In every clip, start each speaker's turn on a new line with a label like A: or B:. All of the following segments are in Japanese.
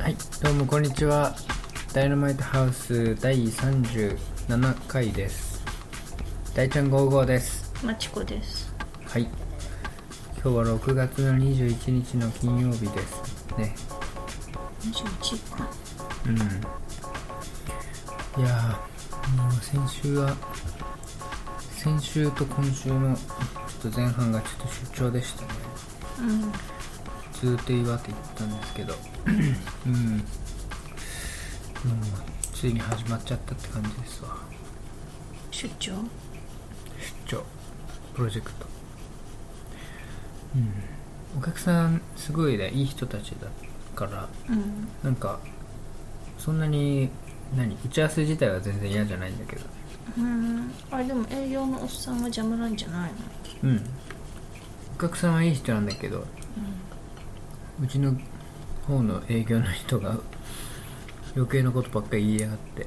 A: はい、どうもこんにちは。ダイナマイトハウス第37回です。大ちゃん55です。
B: まちこです。
A: はい。今日は6月の21日の金曜日ですね。
B: 21か。
A: うん。いやー、もう先週は、先週と今週のちょっと前半がちょっと出張でしたね。
B: うん。
A: ずーっと岩手行ったんですけど、うん。もう、ついに始まっちゃったって感じですわ。
B: 出張
A: 出張プロジェクトうんお客さんすごいねいい人たちだから
B: うん。
A: なんかそんなに何打ち合わせ自体は全然嫌じゃないんだけど
B: うん。あれでも営業のおっさんは邪魔なんじゃないの
A: うんお客さんはいい人なんだけど、うちの方の営業の人が余計なことばっかり言いやがって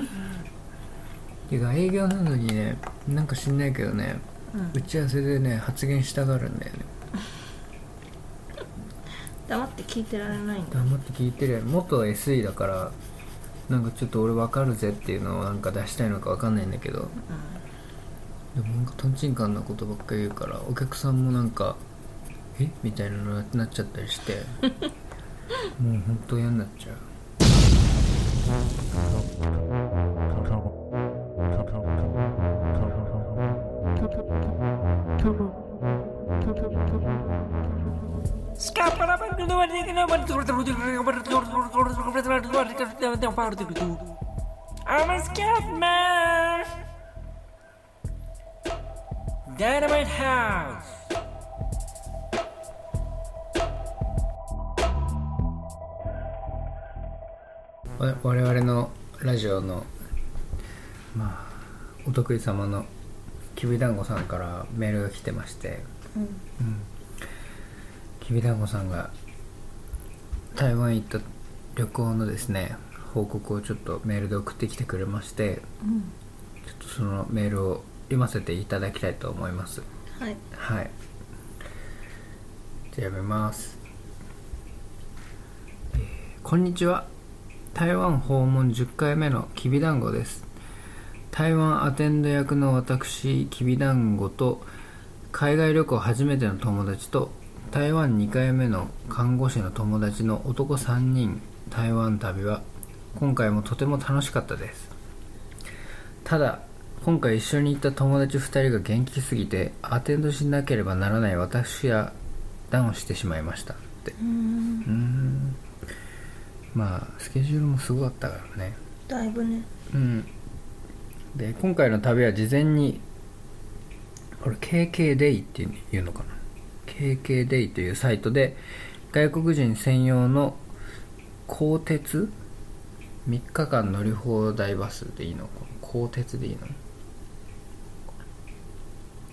A: てか営業なのにねなんか知んないけどね
B: うん
A: 打。ち合わせでね発言したがるんだよね
B: 黙って聞いてられないんだ。
A: 黙って聞いてるよ元 SE だからなんかちょっと俺分かるぜっていうのをなんか出したいのか分かんないんだけどでもなんかとんちんかんなことばっかり言うからお客さんもなんか「えみたいなのになっちゃったりしてもうほんと嫌になっちゃう
C: I'm a scat man. Dynamite House.
A: わ我々のラジオのまあお得意様のきびだんごさんからメールが来てまして
B: うん。
A: きびだんごさんが台湾行った旅行のですね報告をちょっとメールで送ってきてくれまして
B: うん。
A: ちょっとそのメールを読ませていただきたいと思います
B: はい。
A: はいじゃあ読みます、えーこんにちは台湾訪問10回目のきびだんごです台湾アテンド役の私きびだんごと海外旅行初めての友達と台湾2回目の看護師の友達の男3人台湾旅は今回もとても楽しかったですただ今回一緒に行った友達2人が元気すぎてアテンドしなければならない私やダウンしてしまいましたって
B: う
A: う
B: ん。
A: ーんまあスケジュールもすごかったからね
B: だいぶね。
A: うんで今回の旅は事前にこれ KK デイっていうのかな KK デイというサイトで外国人専用の鋼鉄3日間乗り放題バスでいいの鋼鉄でいいの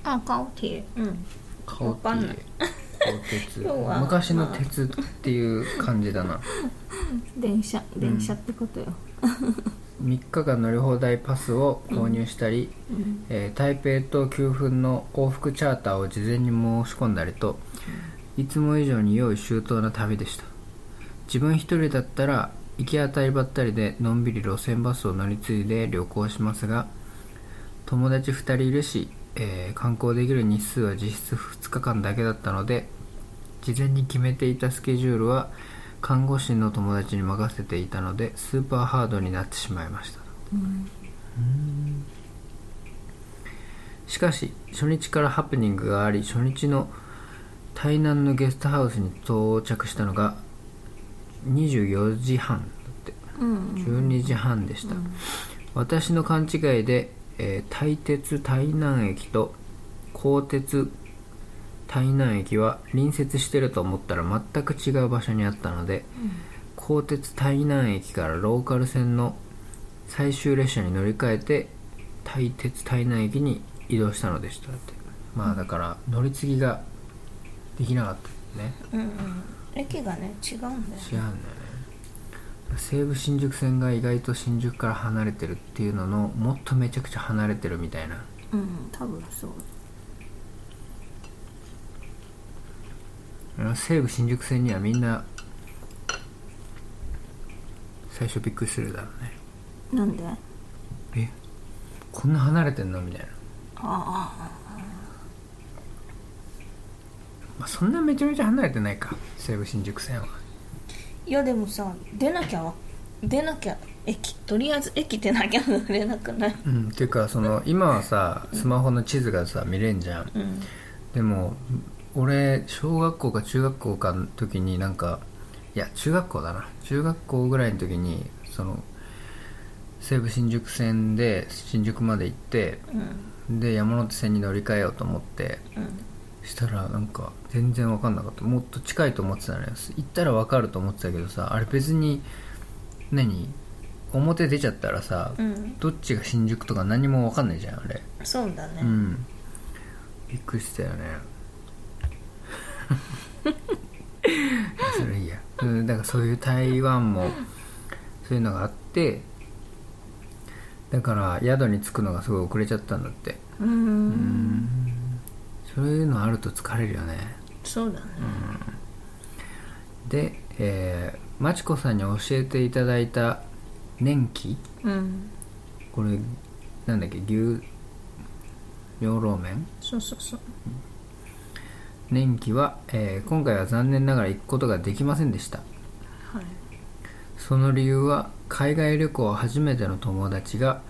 B: あ、顔て。うん。
A: 顔
B: わかんない
A: 鋼 鉄
B: 要は
A: 昔の鉄っていう感じだな
B: 電車、電車ってことよ。
A: 3日間乗り放題パスを購入したり、
B: うん。
A: えー台北と九分の往復チャーターを事前に申し込んだりといつも以上に用意周到な旅でした自分一人だったら行き当たりばったりでのんびり路線バスを乗り継いで旅行しますが友達2人いるし、えー観光できる日数は実質2日間だけだったので事前に決めていたスケジュールは看護師の友達に任せていたのでスーパーハードになってしまいましたしかし初日からハプニングがあり初日の台南のゲストハウスに到着したのが24時半だって
B: うん。
A: 12時半でした、私の勘違いで、えー台鉄台南駅と鋼鉄台南駅は隣接してると思ったら全く違う場所にあったので、鋼鉄台南駅からローカル線の最終列車に乗り換えて台鉄台南駅に移動したのでしたってまあだから乗り継ぎができなかったね
B: うんうん。駅がね、違うんだよ。
A: 違うんだよね西武新宿線が意外と新宿から離れてるっていうののもっとめちゃくちゃ離れてるみたいな
B: うん。多分そう。
A: あの西武新宿線にはみんな最初びっくりするだろうね
B: なんであ
A: えこんな離れてんのみたいな
B: あ
A: まあ、そんなめちゃめちゃ離れてないか西武新宿線はい
B: やでもさ出なきゃわ出なきゃ駅とりあえず駅出なきゃ乗れなくない
A: うんっていうかその今はさスマホの地図がさ見れんじゃん
B: うん
A: でも俺小学校か中学校かの時になんかいや中学校だな中学校ぐらいの時にその西武新宿線で新宿まで行って
B: うん
A: で山手線に乗り換えようと思って
B: うん
A: したらなんか全然分かんなかったもっと近いと思ってたのよ行ったら分かると思ってたけどさあれ別に何表出ちゃったらさ、
B: うん
A: どっちが新宿とか何も分かんないじゃんあれ
B: そうだ
A: う
B: ね
A: んびっくりしたよね それいいやうんだからそういう台湾もそういうのがあってだから宿に着くのがすごい遅れちゃったんだって
B: うーん
A: そういうのあると疲れるよね
B: そうだね
A: で、えー、まちこさんに教えていただいた年季
B: うん
A: これなんだっけ牛養老麺
B: そうそうそう
A: 年季は、えー今回は残念ながら行くことができませんでした
B: はい
A: その理由は海外旅行初めての友達が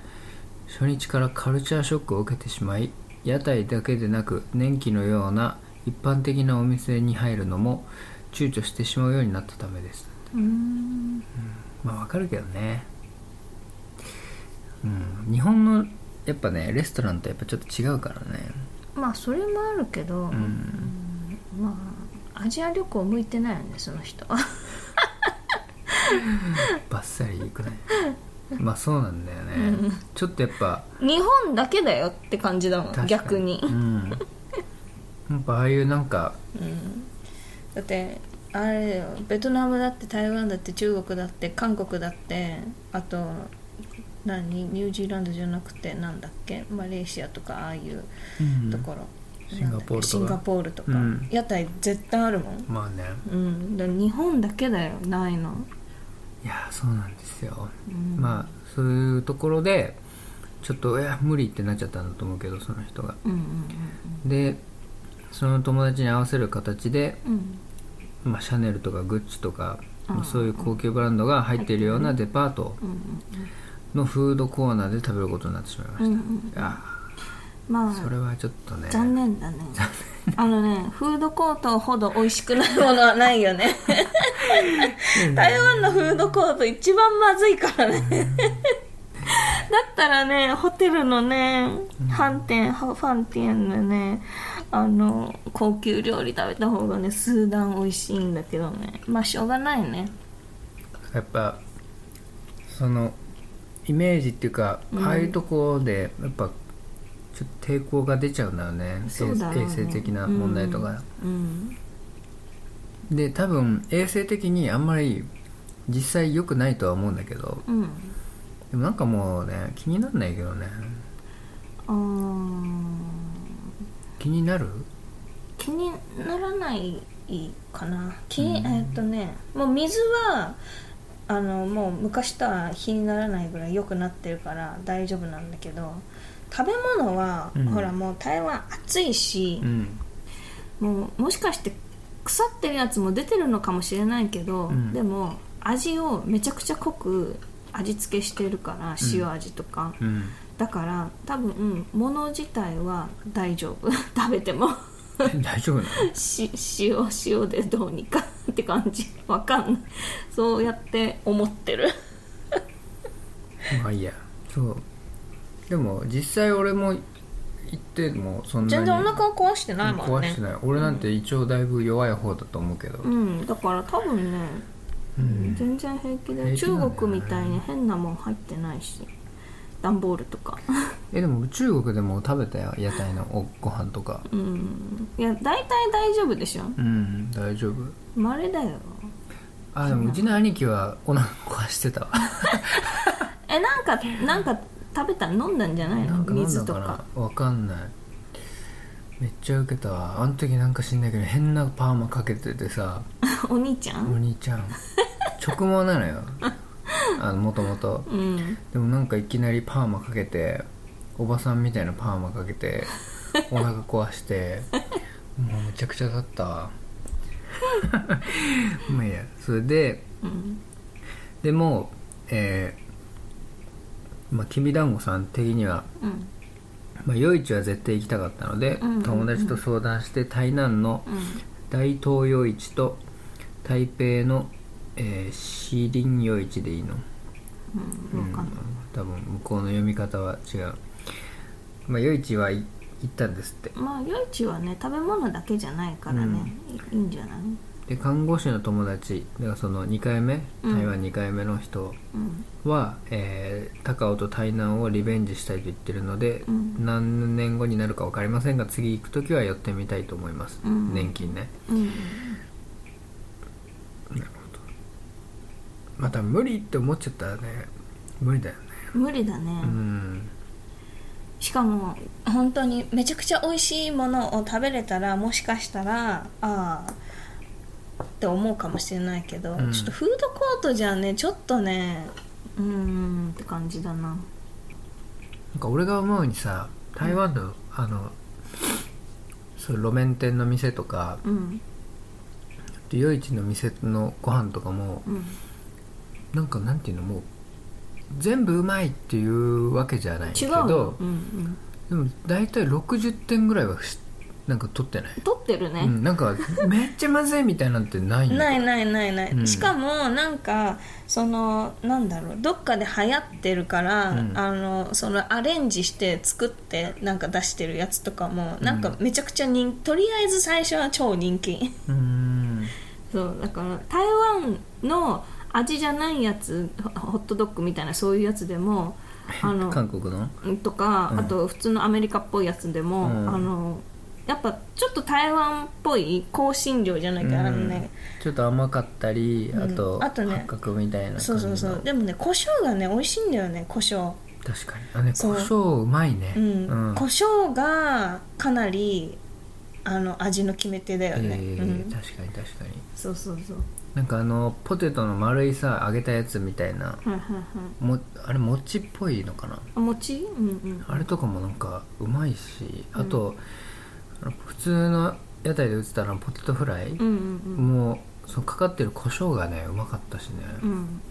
A: 初日からカルチャーショックを受けてしまい屋台だけでなく年季のような一般的なお店に入るのも躊躇してしまうようになったためです
B: うーん
A: まあわかるけどねうん日本のやっぱねレストランとやっぱちょっと違うからね
B: まあそれもあるけど、
A: うん
B: まあアジア旅行向いてないよねその人 は
A: バッサリいくねまあそうなんだよねちょっとやっぱ
B: 日本だけだよって感じだも
A: 確か
B: ん逆に、
A: うん、やっぱああいうなんか
B: だってあれだよベトナムだって台湾だって中国だって韓国だってあと何ニュージーランドじゃなくてなんだっけマレーシアとかああいうところ、
A: シンガポールとか
B: シンガポールとか、
A: うん
B: 屋台絶対あるもん
A: まあね
B: うんだから日本だけだよないの
A: いやそうなんですよ、
B: うん
A: まあそういうところでちょっといや無理ってなっちゃったんだと思うけどその人が
B: うん
A: でその友達に合わせる形で、
B: うんうん
A: まあ、シャネルとかグッチとか
B: ああ
A: そういう高級ブランドが入っているようなデパート
B: うん
A: のフードコーナーで食べることになってしまいま
B: うんう
A: し
B: んうん
A: た、あ
B: ま
A: あそ
B: あ
A: れはちょっとね
B: 残念だねあのねフードコートほど美味しくないものはないよね台湾のフードコート一番まずいからねだったらねホテルのね飯店ファンティエンのねあの高級料理食べた方がね数段美味しいんだけどねまあしょうがないね
A: やっぱそのイメージっていうか、ああいうとこでやっぱちょっと抵抗が出ちゃうんだよね
B: そうだろうね
A: 衛生的な問題とか、
B: うん
A: で多分衛生的にあんまり実際良くないとは思うんだけど
B: うん
A: でもなんかもうね気になんないけどね
B: うーん
A: 気になる
B: 気にならないかな気に、えーっとねもう水はあのもう昔とは気にならないぐらい良くなってるから大丈夫なんだけど食べ物は、
A: うん
B: ほらもう台湾暑いし
A: う、ん
B: もうもしかして腐ってるやつも出てるのかもしれないけど、
A: ん
B: でも味をめちゃくちゃ濃く味付けしてるから塩味とか、
A: うん
B: だから多分物自体は大丈夫 食べても。
A: え大丈夫なの
B: し塩塩でどうにかって感じわかんないそうやって思ってる
A: まあいいやそうでも実際俺も行ってもそんな
B: 全
A: に
B: 然お腹を壊してないもん
A: 壊
B: ね
A: してない俺なんて一応だいぶ弱い方だと思うけど、
B: うんだから多分ね、全然平
A: 平気な
B: 気で
A: んだよね
B: 中国みたいに変なもん入ってないし段ボールとか
A: えでも中国でも食べたよ屋台のおご飯とか
B: うんいや大体大丈夫でしょ
A: うん大丈夫
B: まれだよ
A: あでもうちの兄貴はお腹壊して たわ
B: えなんかなんか食べたら飲んだんじゃない
A: な
B: の
A: んか飲んだ
B: 水
A: の
B: と
A: か
B: か
A: なわかんないめっちゃ受けたわあの時なんか知んないけど変なパーマかけてて さ
B: お兄ちゃ
A: お
B: ん
A: 兄ちゃん直毛なのよあのもともと
B: うん
A: でもなんかいきなりパーマかけておばさんみたいなパーマかけ てお腹壊してもうめちゃくちゃだった わまあいいやそれで
B: うん
A: でもえーまあきびだんごさん的には
B: うん
A: まあ、夜市は絶対行きたかったので、
B: うんうんうん
A: 友達と相談して台南の
B: う
A: 大東夜市と台北の、えー、シリン夜市でいいの、
B: んうんわかんない
A: 多分向こうの読み方は違う、まあ、夜市はい行ったんですって
B: まあ夜市はね食べ物だけじゃないからね、いいいんじゃない
A: で看護師の友達だからその2回目
B: うん
A: 台湾2回目の人
B: うん
A: は、えー高尾と台南をリベンジしたいと言ってるので、
B: うん
A: 何年後になるか分かりませんが次行く時は寄ってみたいと思います、
B: うん
A: 年金ね、
B: うん
A: なるほどまた無理って思っちゃったらね無理だよね
B: 無理だね、
A: うん
B: しかも本当にめちゃくちゃ美味しいものを食べれたらもしかしたらああって思うかもしれないけど、
A: うん
B: ちょっとフードコートじゃねちょっとねうーんって感じだな
A: なんか俺が思うにさ台湾の、あのそういう路面店の店とか
B: うん
A: 夜市の店のご飯とかも
B: うん
A: なんかなんていうのもう全部うまいっていうわけじゃない
B: 違
A: け
B: うよ
A: ど、
B: うんうん、
A: でも大体60点ぐらいはしなんか取ってない、
B: 撮ってるね、
A: うん、なんかめっちゃまずいみたいなんてないよ
B: ないないないない、
A: うん
B: しかもなんかそのなんだろうどっかで流行ってるから、
A: うん
B: あのそのアレンジして作ってなんか出してるやつとかもなんかめちゃくちゃ人とりあえず最初は超人気
A: うん
B: そうだから台湾の味じゃないやつホホットドッグみたいなそういうやつでもあの
A: 韓国の
B: とか、
A: うん
B: あと普通のアメリカっぽいやつでも、
A: うん
B: あのやっぱちょっと台湾っぽい香辛料じゃないから、あの
A: う
B: ね
A: んちょっと甘かったり、
B: うん
A: あと
B: あとね
A: 八角みたいな感じ
B: そ
A: の
B: うそうそうでもね胡椒がね美味しいんだよね胡椒
A: 確かにあね胡
B: そう
A: 椒うまいね
B: うん、
A: うん
B: 胡椒がかなりあの味の決め手だよね、
A: えー
B: うん、
A: 確かに確かに
B: そうそうそう
A: なんかあのポテトの丸いさ揚げたやつみたいな
B: はいはいはい
A: もあれ餅っぽいのかな
B: あ餅うんうん
A: あれとかもなんかうまいしあと、あの普通の屋台で売ってたらポテトフライ、
B: うんうん
A: もうそのかかってる胡椒がねうまかったしね、
B: うんうん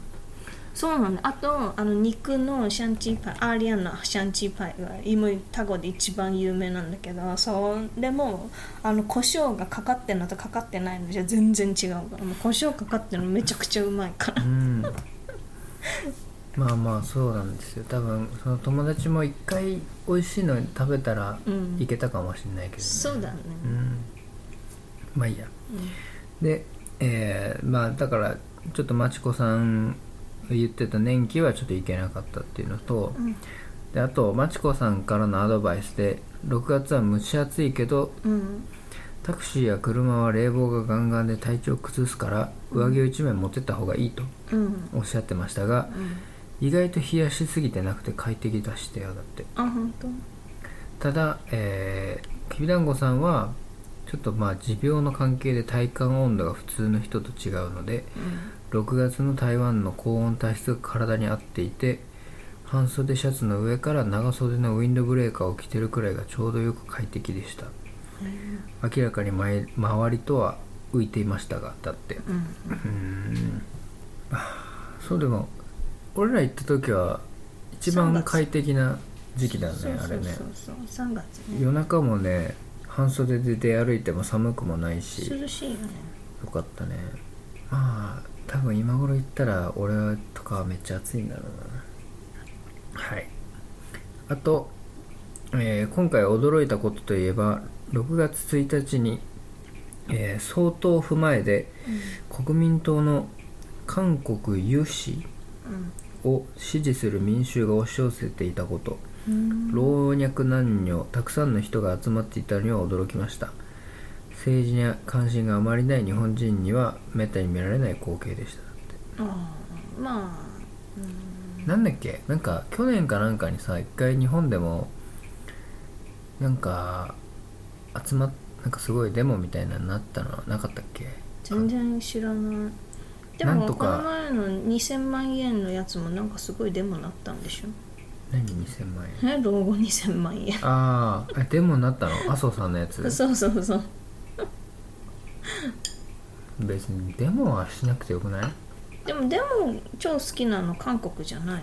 B: そうなんだあとあの肉のシャンチーパイアーリアンのシャンチーパイが今タコで一番有名なんだけどそれもあの胡椒がかかってるのとかかってないのじゃ全然違うからもう胡椒かかってるのめちゃくちゃうまいから
A: うん、まあまあそうなんですよ多分その友達も一回美味しいの食べたら
B: うん
A: いけたかもしれないけど、ね
B: そうだね、
A: うんまあいいや、で、えーまあだからちょっとまちこさんが言ってた年季はちょっといけなかったっていうのと、
B: うん
A: であとまちこさんからのアドバイスで6月は蒸し暑いけど
B: うん
A: タクシーや車は冷房がガンガンで体調崩すから上着を1枚持ってった方がいいと
B: うん
A: おっしゃってましたが、
B: うん
A: 意外と冷やしすぎてなくて快適だしたよだって
B: あ本当
A: ただえーきびだんごさんはちょっとまあ持病の関係で体感温度が普通の人と違うので6月の台湾の高温体質が体に合っていて半袖シャツの上から長袖のウィンドブレーカーを着てるくらいがちょうどよく快適でした明らかに前周りとは浮いていましたがだって
B: うん
A: そうでも俺ら行った時は一番
B: 3月
A: 快適な時期だね
B: そうそう
A: あれね
B: そうそう3月ね
A: 夜中もね半袖で出歩いても寒くもないしよ
B: 涼しいよね
A: かったねまあ多分今頃行ったら俺とかはめっちゃ暑いんだろうなはいあと、えー今回驚いたことといえば6月1日に、えー総統府前で国民党の韓国有志を支持する民衆が押し寄せていたこと
B: うん
A: 老若男女たくさんの人が集まっていたのには驚きました政治に関心があまりない日本人にはめったに見られない光景でした
B: ああま
A: なんだっけなんか去年かなんかにさ一回日本でもなんか集まっなんかすごいデモみたいなのになったのはなかったっけ
B: 全然知らないで
A: なん
B: も
A: と
B: こ
A: か
B: の前の2000万円のやつもなんかすごいデモなったんでしょ
A: 何2000万円
B: え老後2000万円
A: ああデモになったの麻生さんのやつ
B: そうそうそう
A: 別にデモはしなくてよくない
B: でもでも超好きなの韓国じゃないの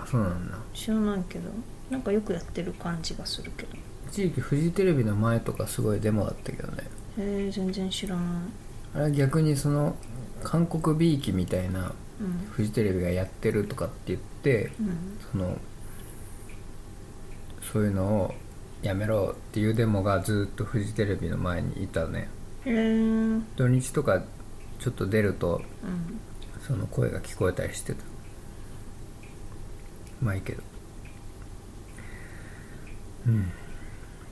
A: あそうなんだ
B: 知らないけどなんかよくやってる感じがするけど
A: 一時期フジテレビの前とかすごいデモだったけどね
B: へえ全然知らない
A: あれは逆にその韓国びいきみたいな
B: うん
A: フジテレビがやってるとかって言って
B: うん
A: そのそういうのをやめろっていうデモがずっとフジテレビの前にいたね
B: へえうん
A: 土日とかちょっと出るとその声が聞こえたりしてたまあいいけどうん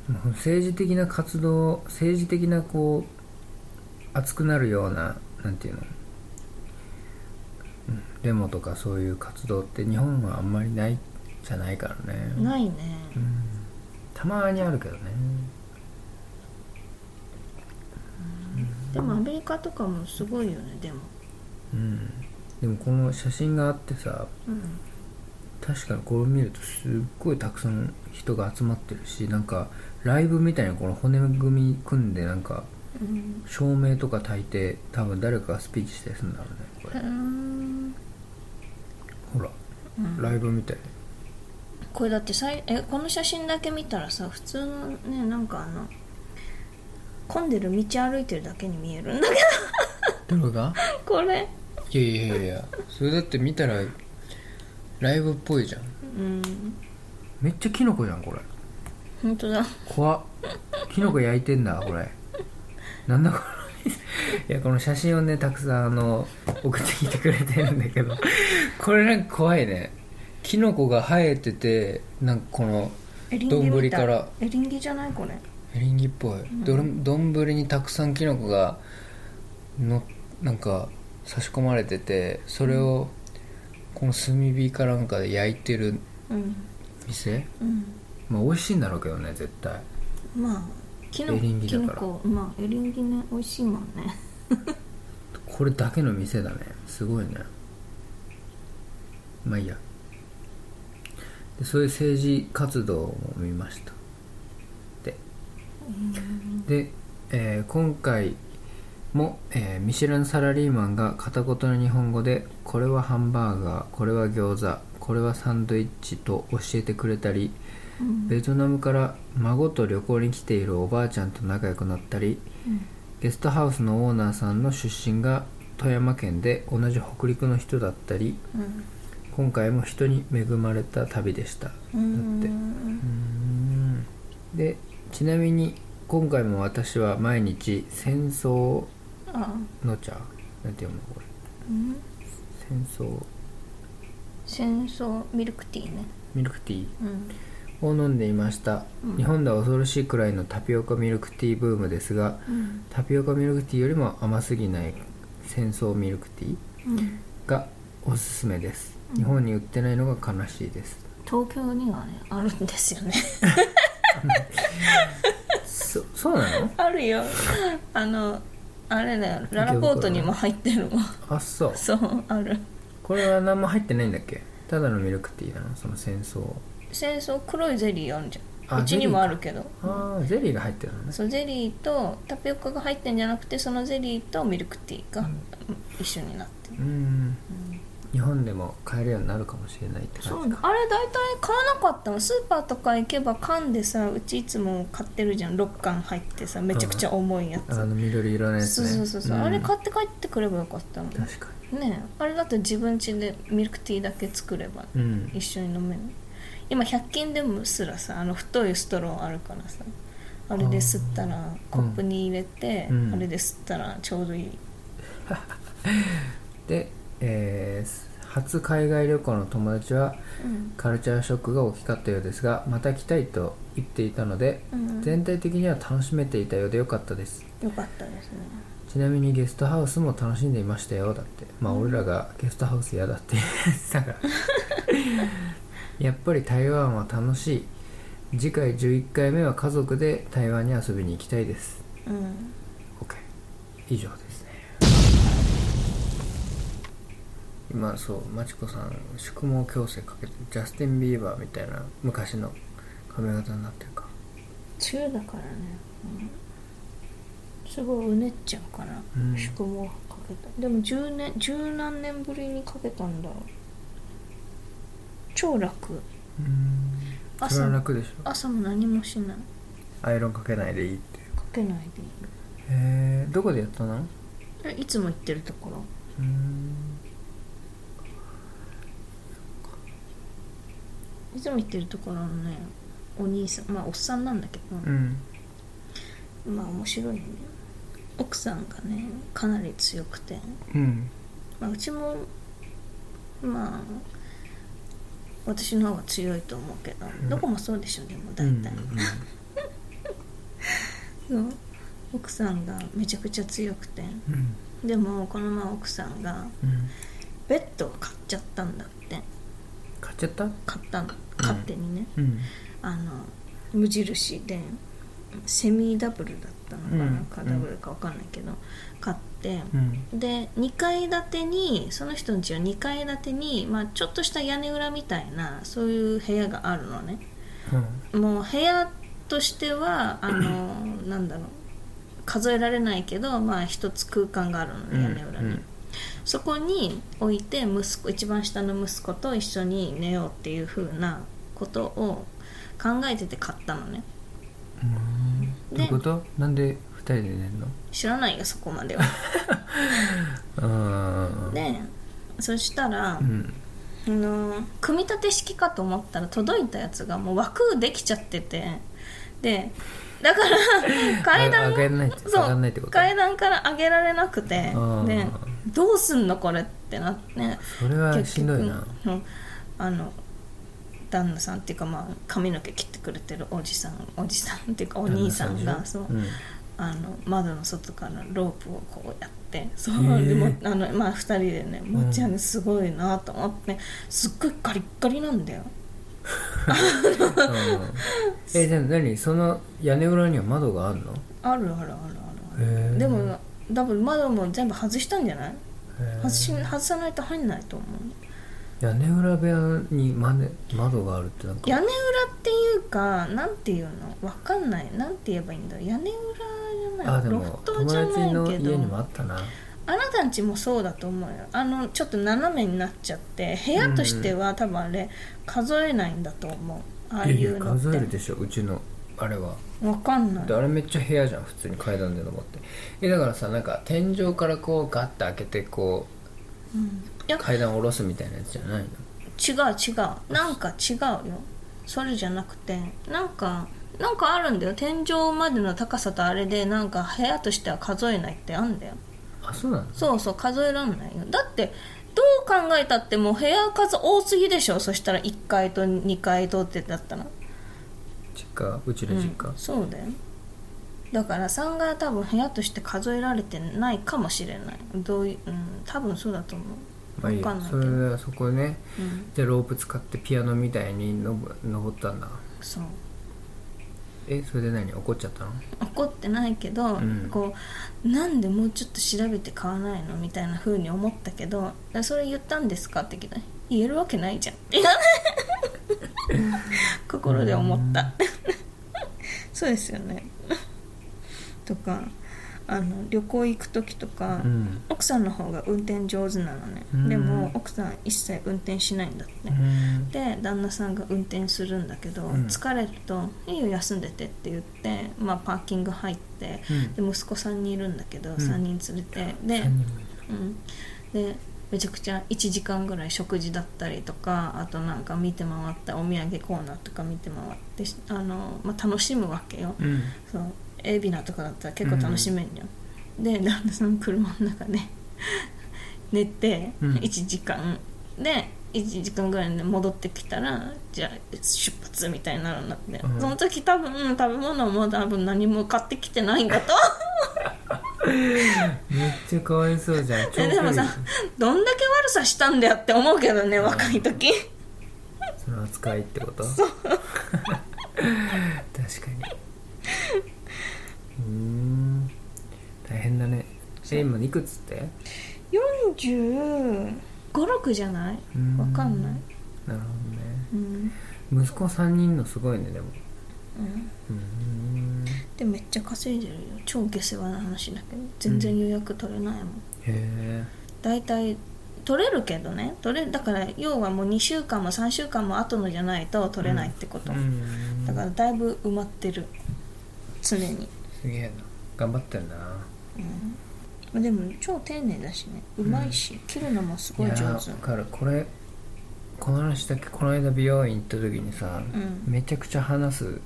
A: もう政治的な活動政治的なこう熱くなるようななんていうの、うん、デモとかそういう活動って日本はあんまりないじゃないからね
B: ないね
A: たまにあるけどね
B: でもアメリカとかもすごいよねでも
A: うんでもこの写真があってさ
B: うん
A: 確かにこれ見るとすっごいたくさん人が集まってるしなんかライブみたいなこの骨組み組んでなんか
B: うん
A: 照明とか焚いて多分誰かがスピーチしたりするんだろうねこ
B: へ
A: れ
B: ー
A: ほら、ライブみたい
B: これだってさいえこの写真だけ見たらさ普通のねなんかあの混んでる道歩いてるだけに見えるんだけ
A: どれが
B: ど これ
A: いやいやいやいやそれだって見たらライブっぽいじゃん
B: うん
A: めっちゃキノコじゃんこれ
B: 本当だ
A: 怖っキノコ焼いてんだこれなんだこれいやこの写真をねたくさんあの送ってきてくれてるんだけどこれなんか怖いねキノコが生えててなんかこの
B: エリンギ
A: どんぶり
B: みた
A: か
B: い
A: ら
B: エリンギじゃないこれ
A: エリンギっぽいどれ丼にたくさんキノコがのなんか差し込まれててそれをこの炭火かなんかで焼いてる
B: うん
A: 店
B: うん
A: まあ美味しいんだろうけどね絶対
B: まあキノ
A: エリンギ
B: キ
A: だ
B: ノ
A: から
B: コまあエリンギね美味しいもんね
A: これだけの店だねすごいねまあいいやでそういう政治活動も見ましたでで、えー今回も、えー見知らぬサラリーマンが片言の日本語でこれはハンバーガーこれは餃子これはサンドイッチと教えてくれたりベトナムから孫と旅行に来ているおばあちゃんと仲良くなったり、ゲストハウスのオーナーさんの出身が富山県で同じ北陸の人だったり
B: うん
A: 今回も人に恵まれた旅でした
B: うん
A: だってでちなみに今回も私は毎日戦争
B: あ
A: の茶なんて読むのこれ
B: うん
A: 戦争
B: 戦争ミルクティーね
A: ミルクティー
B: うん
A: を飲んでいました、日本では恐ろしいくらいのタピオカミルクティーブームですが、
B: うん
A: タピオカミルクティーよりも甘すぎない戦争ミルクティー
B: うん
A: がおすすめです、日本に売ってないのが悲しいです
B: 東京にはねあるんですよね
A: そそうなの
B: あるよあのあれだよララポートにも入ってるもん
A: あそう
B: そうある
A: これは何も入ってないんだっけただのミルクティーなのその戦争
B: 戦争黒いゼリーあるじゃん
A: あ
B: うちにもあるけど
A: ああゼリーが入ってるのね
B: そうゼリーとタピオカが入ってんじゃなくてそのゼリーとミルクティーが一緒になってる
A: うーん日本でも買えるようになるかもしれないって
B: そ
A: 感
B: う
A: じ
B: だあれ大体買わなかったのスーパーとか行けば缶でさうちいつも買ってるじゃん6缶入ってさめちゃくちゃ重いや
A: あ
B: つ、
A: の緑色のやつ
B: そう
A: ね
B: そうそうそう、
A: ん
B: あれ買って帰ってくればよかったのね
A: 確か
B: えあれだと自分家でミルクティーだけ作れば
A: にうん
B: 一緒に飲める今100均でもすらさあの太いストローあるからさあれで吸ったらコップに入れて、
A: うん
B: あれで吸ったらちょうどいい
A: で、えー初海外旅行の友達は
B: うん
A: カルチャーショックが大きかったようですがまた来たいと言っていたので
B: うん
A: 全体的には楽しめていたようでよかったです
B: よかったですね
A: ちなみにゲストハウスも楽しんでいましたよだってまあ俺らがゲストハウス嫌だ って言ってたからやっぱり台湾は楽しい次回11回目は家族で台湾に遊びに行きたいです
B: うん
A: OK 以上ですね今そうマチコさん宿毛矯正かけてジャスティン・ビーバーみたいな昔の髪型になってるか
B: 中だからね、うんすごいうねっちゃうから
A: うん
B: 宿毛かけたでも10年十何年ぶりにかけたんだ超楽
A: それは
B: 朝
A: 楽でしょ
B: 朝も何もしない
A: アイロンかけないでいいって
B: かけないでいい
A: へえどこでやったの
B: えいつも行ってるところ
A: うん
B: いつも行ってるところのねお兄さんまあおっさんなんだけど、
A: うん
B: まあ面白いね奥さんがねかなり強くて、
A: うん
B: まあ、うちもまあ私の方が強いと思うけど、
A: ん
B: どこもそうでしょでも
A: う
B: 大
A: ん
B: 体、そう奥さんがめちゃくちゃ強くて
A: うん
B: でもこの前奥さんが
A: うん
B: ベッドを買っちゃったんだって
A: 買っちゃった
B: 買ったの勝手にね、
A: うん
B: あの無印でセミダブルだったのかな、
A: うん
B: かダブルか分かんないけど買って、
A: うん
B: で2階建てにその人の家は2階建てに、まあ、ちょっとした屋根裏みたいなそういう部屋があるのね
A: うん
B: もう部屋としてはあのなんだろう数えられないけどまあ一つ空間があるのね屋根裏に、
A: うん
B: そこに置いて息子一番下の息子と一緒に寝ようっていう風なことを考えてて買ったのね
A: うんどういうことなんで二人で寝るの
B: 知らないよそこ までは
A: うん
B: でそしたら、
A: うん
B: あの組み立て式かと思ったら届いたやつがもう枠できちゃっててでだか ら階段
A: 上がらないって上がらないってこと
B: 階段から上げられなくて
A: ー
B: でどうすんのこれってなって
A: それはしんどいな
B: うんあの旦那さんっていうか、まあ、髪の毛切ってくれてるおじさんおじさんっていうかお兄さんがそう、
A: うん
B: あの窓の外からロープをこうやってそう
A: へえ
B: でもあの、まあ、2人でね
A: ん
B: 持ち上げすごいなと思って、すっごいガリッガリなんだよ
A: うんえじゃあ何その屋根裏には窓があるの
B: あるあるあるあるあ
A: へえ
B: るでも多分窓も全部外したんじゃない
A: へー
B: 外し外さないと入んないと思う
A: 屋根裏部屋にまね窓があるってなんか
B: 屋根裏っていうかなんていうのわかんないなんて言えばいいんだろう屋根裏じゃ
A: あ
B: ない
A: で
B: ロ
A: も
B: フト
A: 友
B: じゃない
A: 達の
B: け
A: 家
B: ど
A: にもあったな
B: あなたんちもそうだと思うよあのちょっと斜めになっちゃって部屋としては多分あれ数えないんだと思うああ
A: い
B: い
A: やいうや
B: のっ
A: 数える
B: て
A: でしょうちのあれは
B: わかんない
A: であれめっちゃ部屋じゃん普通に階段で登ってえだからさなんか天井からこうガッて開けてこ
B: いや
A: う階段を下ろすみたいなやつじゃないの
B: 違う違うなんか違うよそれじゃなくてなんかなんかあるんだよ天井までの高さとあれでなんか部屋としては数えないってあんだよ
A: あそうなの
B: そうそう数えらんないよだってどう考えたってもう部屋数多すぎでしょそしたら1階と2階とってだったら
A: 実家うちの実家、
B: うんそうだよだから3階は多分部屋として数えられてないかもしれないどういう、うん、多分そうだと思う
A: まあいい
B: 分か
A: や
B: んないけ
A: そ
B: ど、
A: れでそこね
B: うん、
A: でロープ使ってピアノみたいにのぼ登ったんだ
B: そう
A: えそれで何怒っちゃったの
B: 怒ってないけど、
A: うん
B: こうなんでもうちょっと調べて買わないのみたいな風に思ったけど「それ言ったんですか?」って聞いたら言えるわけないじゃん」 って心で思った そうですよねとかあの旅行行く時とか、
A: うん
B: 奥さんの方が運転上手なのね、
A: うん
B: でも奥さん一切運転しないんだって、
A: うん
B: で旦那さんが運転するんだけど、
A: うん
B: 疲れると「いいよ休んでて」って言って、まあ、パーキング入って、
A: うん
B: で息子さんにいるんだけど、
A: ん
B: 三3人連れてで,、
A: 何
B: うん、でめちゃくちゃ1時間ぐらい食事だったりとかあとなんか見て回ったお土産コーナーとか見て回ってしあの、まあ、楽しむわけよ、
A: うん
B: そう海老名とかだったら結構楽しめんじゃん、で旦那さん車の中で 寝て
A: うん
B: 1時間、で1時間ぐらいで戻ってきたらじゃあ出発みたいになるんだって、
A: うん
B: その時多分食べ物も多分何も買ってきてない んだと
A: めっちゃかわいそうじゃん
B: ででもさどんだけ悪さしたんだよって思うけどね若い時
A: その扱いってことそう確かにうーん大変だねえ今いくつって
B: 4 5 6じゃないわかんない、
A: なるほ
B: うん
A: どね息子3人のすごいねでも
B: うん、
A: うーんへ
B: でめっちゃ稼いでるよ超下世話な話だけど全然予約取れないもん、
A: え
B: 大体取れるけどね取れだから要はもう2週間も3週間も後のじゃないと取れないってこと、
A: うん
B: だからだいぶ埋まってる常に、
A: すげえな頑張ってるな
B: うんまあ、でも超丁寧だしねうまいし、切るのもすごい
A: や
B: 上
A: ーわ
B: 手
A: かるこれこの話だけこの間美容院行った時にさ、
B: うん
A: めちゃくちゃ話す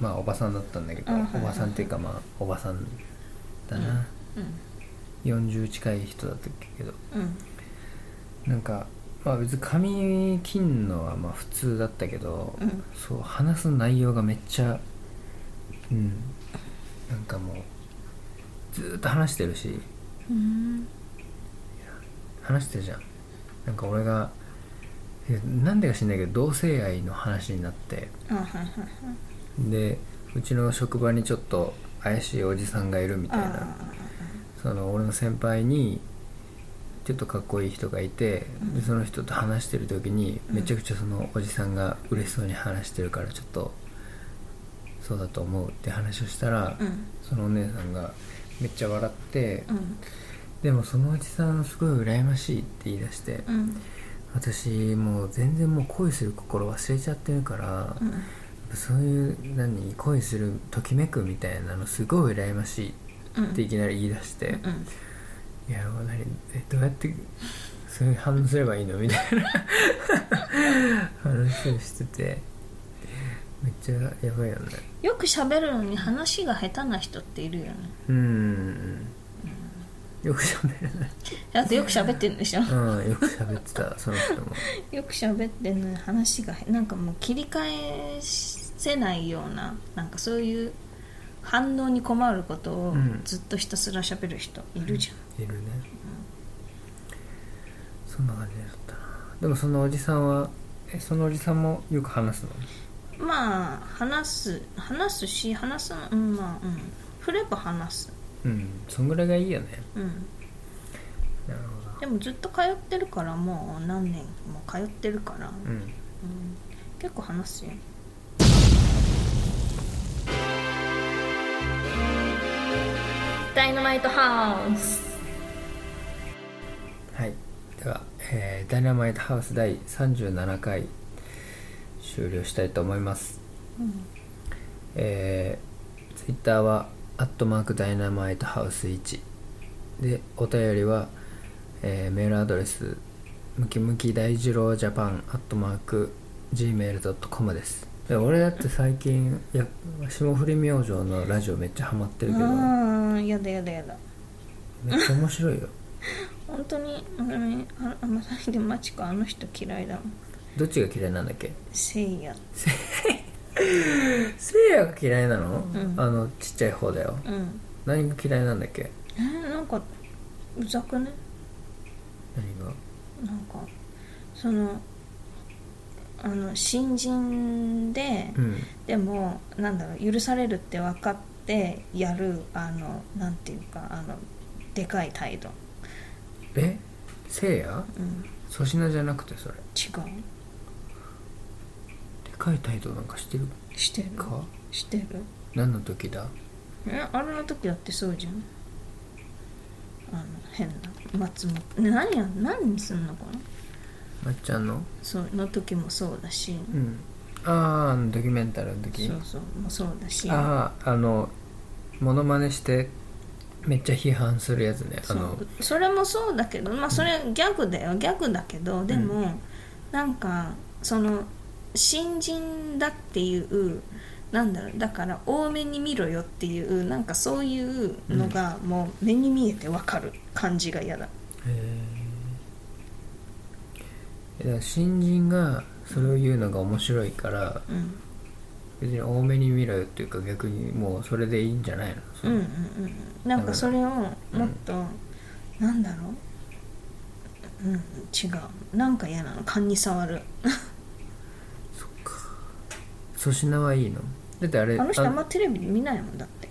A: まあおばさんだったんだけど、
B: うんはいはいはい
A: おばさんっていうかまあおばさんだな、40近い人だったけど
B: うんうん
A: なんかまあ別に髪切んのはまあ普通だったけど、
B: うん
A: そう話す内容がめっちゃうんなんかもうずーっと話してるし
B: うん
A: 話してるじゃんなんか俺がいやなんでか知んないけど同性愛の話になって
B: あはいはいはい
A: でうちの職場にちょっと怪しいおじさんがいるみたいな
B: あ
A: その俺の先輩にちょっとかっこいい人がいて、でその人と話してる時にめちゃくちゃそのおじさんが嬉しそうに話してるからちょっとそうだと思うって話をしたら、
B: ーうん
A: そのお姉さんがめっちゃ笑って、
B: うん
A: でもそのおじさんすごい羨ましいって言い出して、
B: うん
A: 私もう全然もう恋する心忘れちゃってるから、
B: うん
A: そういう何恋するときめくみたいなのすごい羨ましい
B: うん
A: っていきなり言い出して、
B: うん
A: いやもう何えどうやってそういう反応すればいいのみたいな 話をしててめっちゃやばいよね
B: よく喋るのに話が下手な人っているよね
A: うんよく喋るね
B: あとよく喋ってるんでしょ
A: うんよく喋ってたその人も
B: よく喋ってんのに話がへなんかもう切り返せないようななんかそういう反応に困ることを
A: うん
B: ずっとひたすら喋る人いるじゃん、
A: いるねそんな感じだったなでもそのおじさんはえそのおじさんもよく話すの
B: まあ話す話すし話すのうんまあうん振れば話す
A: うんそんぐらいがいいよね
B: うん
A: なるほど
B: でもずっと通ってるからもう何年も通ってるから、うん
A: うん
B: 結構話すよダイナマイトハウス
A: はいでは、えーダイナマイトハウス第37回終了したいと思います、えー、ツイッターは「アットマークダイナマイトハウス1」でお便りは、えーメールアドレスムキムキ大二郎ジャパンアットマーク Gmail.com ですで俺だって最近や霜降り明星のラジオめっちゃハマってるけど
B: うんやだやだやだ
A: めっちゃ面白いよ
B: 本当にうんああまさでマチコあの人嫌いだもん
A: どっちが嫌いなんだっけ
B: せいや
A: せいやが嫌いなの、
B: ん
A: あのちっちゃい方だよ
B: うん
A: 何が嫌いなんだっけ
B: えーなんかうざくね
A: 何が
B: なんかそのあの新人で、
A: うん
B: でもなんだろう許されるって分かってやるあのなんていうかあのでかい態度、
A: えせいや
B: うん、
A: 粗品じゃなくてそれ
B: 違
A: でかい態度なんかしてる
B: うしてる
A: か
B: してる
A: 何の時だ
B: えあれの時だってそうじゃんあの変な松本ね何や何すんのかな
A: まっちゃんの
B: そうの時もそうだし、
A: うんあああのドキュメンタリーの時
B: そうそうもうそうだし
A: あああのモノマネしてめっちゃ批判するやつねあ
B: そ
A: の
B: うそれもそうだけどまあそれギャグだよギャグだけどでも、なんかその新人だっていうなんだろうだから多めに見ろよっていうなんかそういうのがもう目に見えてわかる感じが嫌だ、
A: だから新人がそれを言うのが面白いから
B: うん、
A: 別に多めに見ろよっていうか逆にもうそれでいいんじゃないのそ
B: うん
A: の
B: うんうんなんかそれをもっと、なんだろううん違うなんか嫌なの勘に触る
A: 粗品はいいのだってあれ
B: あの人あ
A: あ
B: んまテレビ見ないもんだって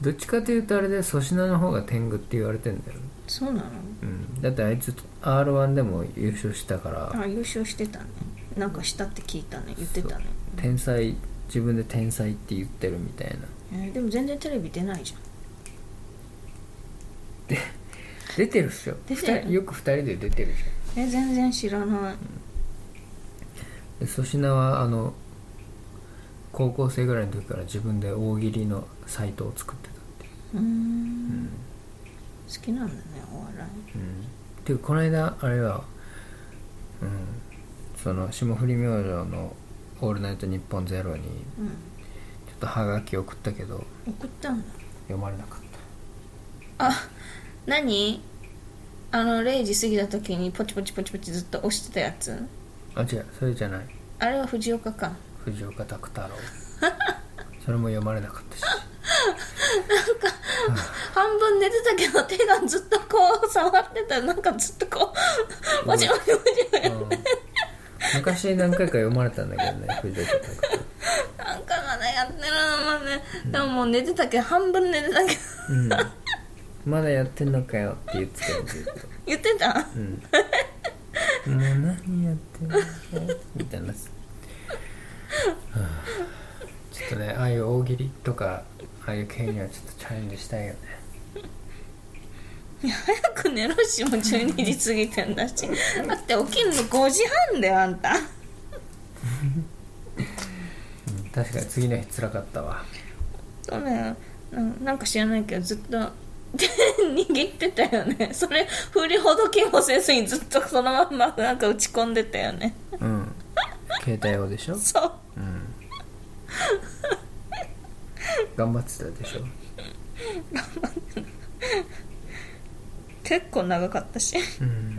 A: どっちかというとあれで粗品の方が天狗って言われてんだよ、
B: そうなの
A: うん、だってあいつ r 1でも優勝したから
B: あ優勝してたねなんかしたって聞いたね言ってたね、
A: 天才自分で天才って言ってるみたいな
B: えーでも全然テレビ出ないじゃん
A: 出てるっしょ
B: 出てる
A: 二人よく2人で出てるじゃ
B: え全然知らない
A: んで粗品はあの高校生ぐらいの時から自分で大喜利のサイトを作ってたっていう
B: うーん好きなんだねお笑
A: ていうかこの間あれは、うん、その霜降り明星の「オールナイトニッポンゼロにちょ
B: い、
A: っとハガキ送ったけど
B: うん、送ったんだ
A: 読まれなかった
B: あ何あの0時過ぎた時にポチポチポチポチずっと押してたやつ
A: あ違うそれじゃない
B: あれは藤岡か
A: 藤岡拓 太郎それも読まれなかったし
B: 半分寝てたけど手がずっとこう触ってたなんかずっとこうもちもちもちもち
A: 昔何回か読まれたんだけどね藤岡拓太郎
B: なんかまだやってるのまあねでももう寝てたけど半分寝てたけど
A: うんまだやってんのかよって言ってたよずっと
B: 言ってた
A: うんもう何やってんのみたいな、はあ、ちょっとねああいう大喜利とかああいう系にはちょっとチャレンジしたいよね
B: 早く寝ろしもう12時過ぎてんだしだって起きるの5時半だよあん
A: う
B: た
A: ん確かに次の日辛かったわ
B: そうだようんなんか知らないけどずっと 握ってたよねそれ振りほどきもせずにずっとそのまんまなんか打ち込んでたよね
A: うん携帯をでしょ
B: そう
A: うん頑張ってたでしょ
B: 結構長かったし
A: うん、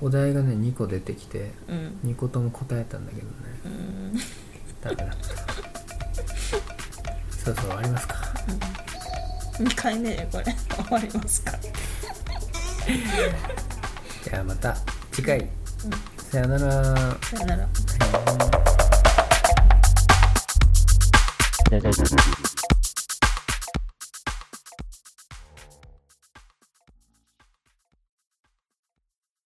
A: お題がね2個出てきて
B: うん
A: 2個とも答えたんだけどねダメだったそろそろ終わりますか
B: 2回目でこれ終わりますか
A: じゃあまた次回、さよなら
B: さよなら
D: だだだだ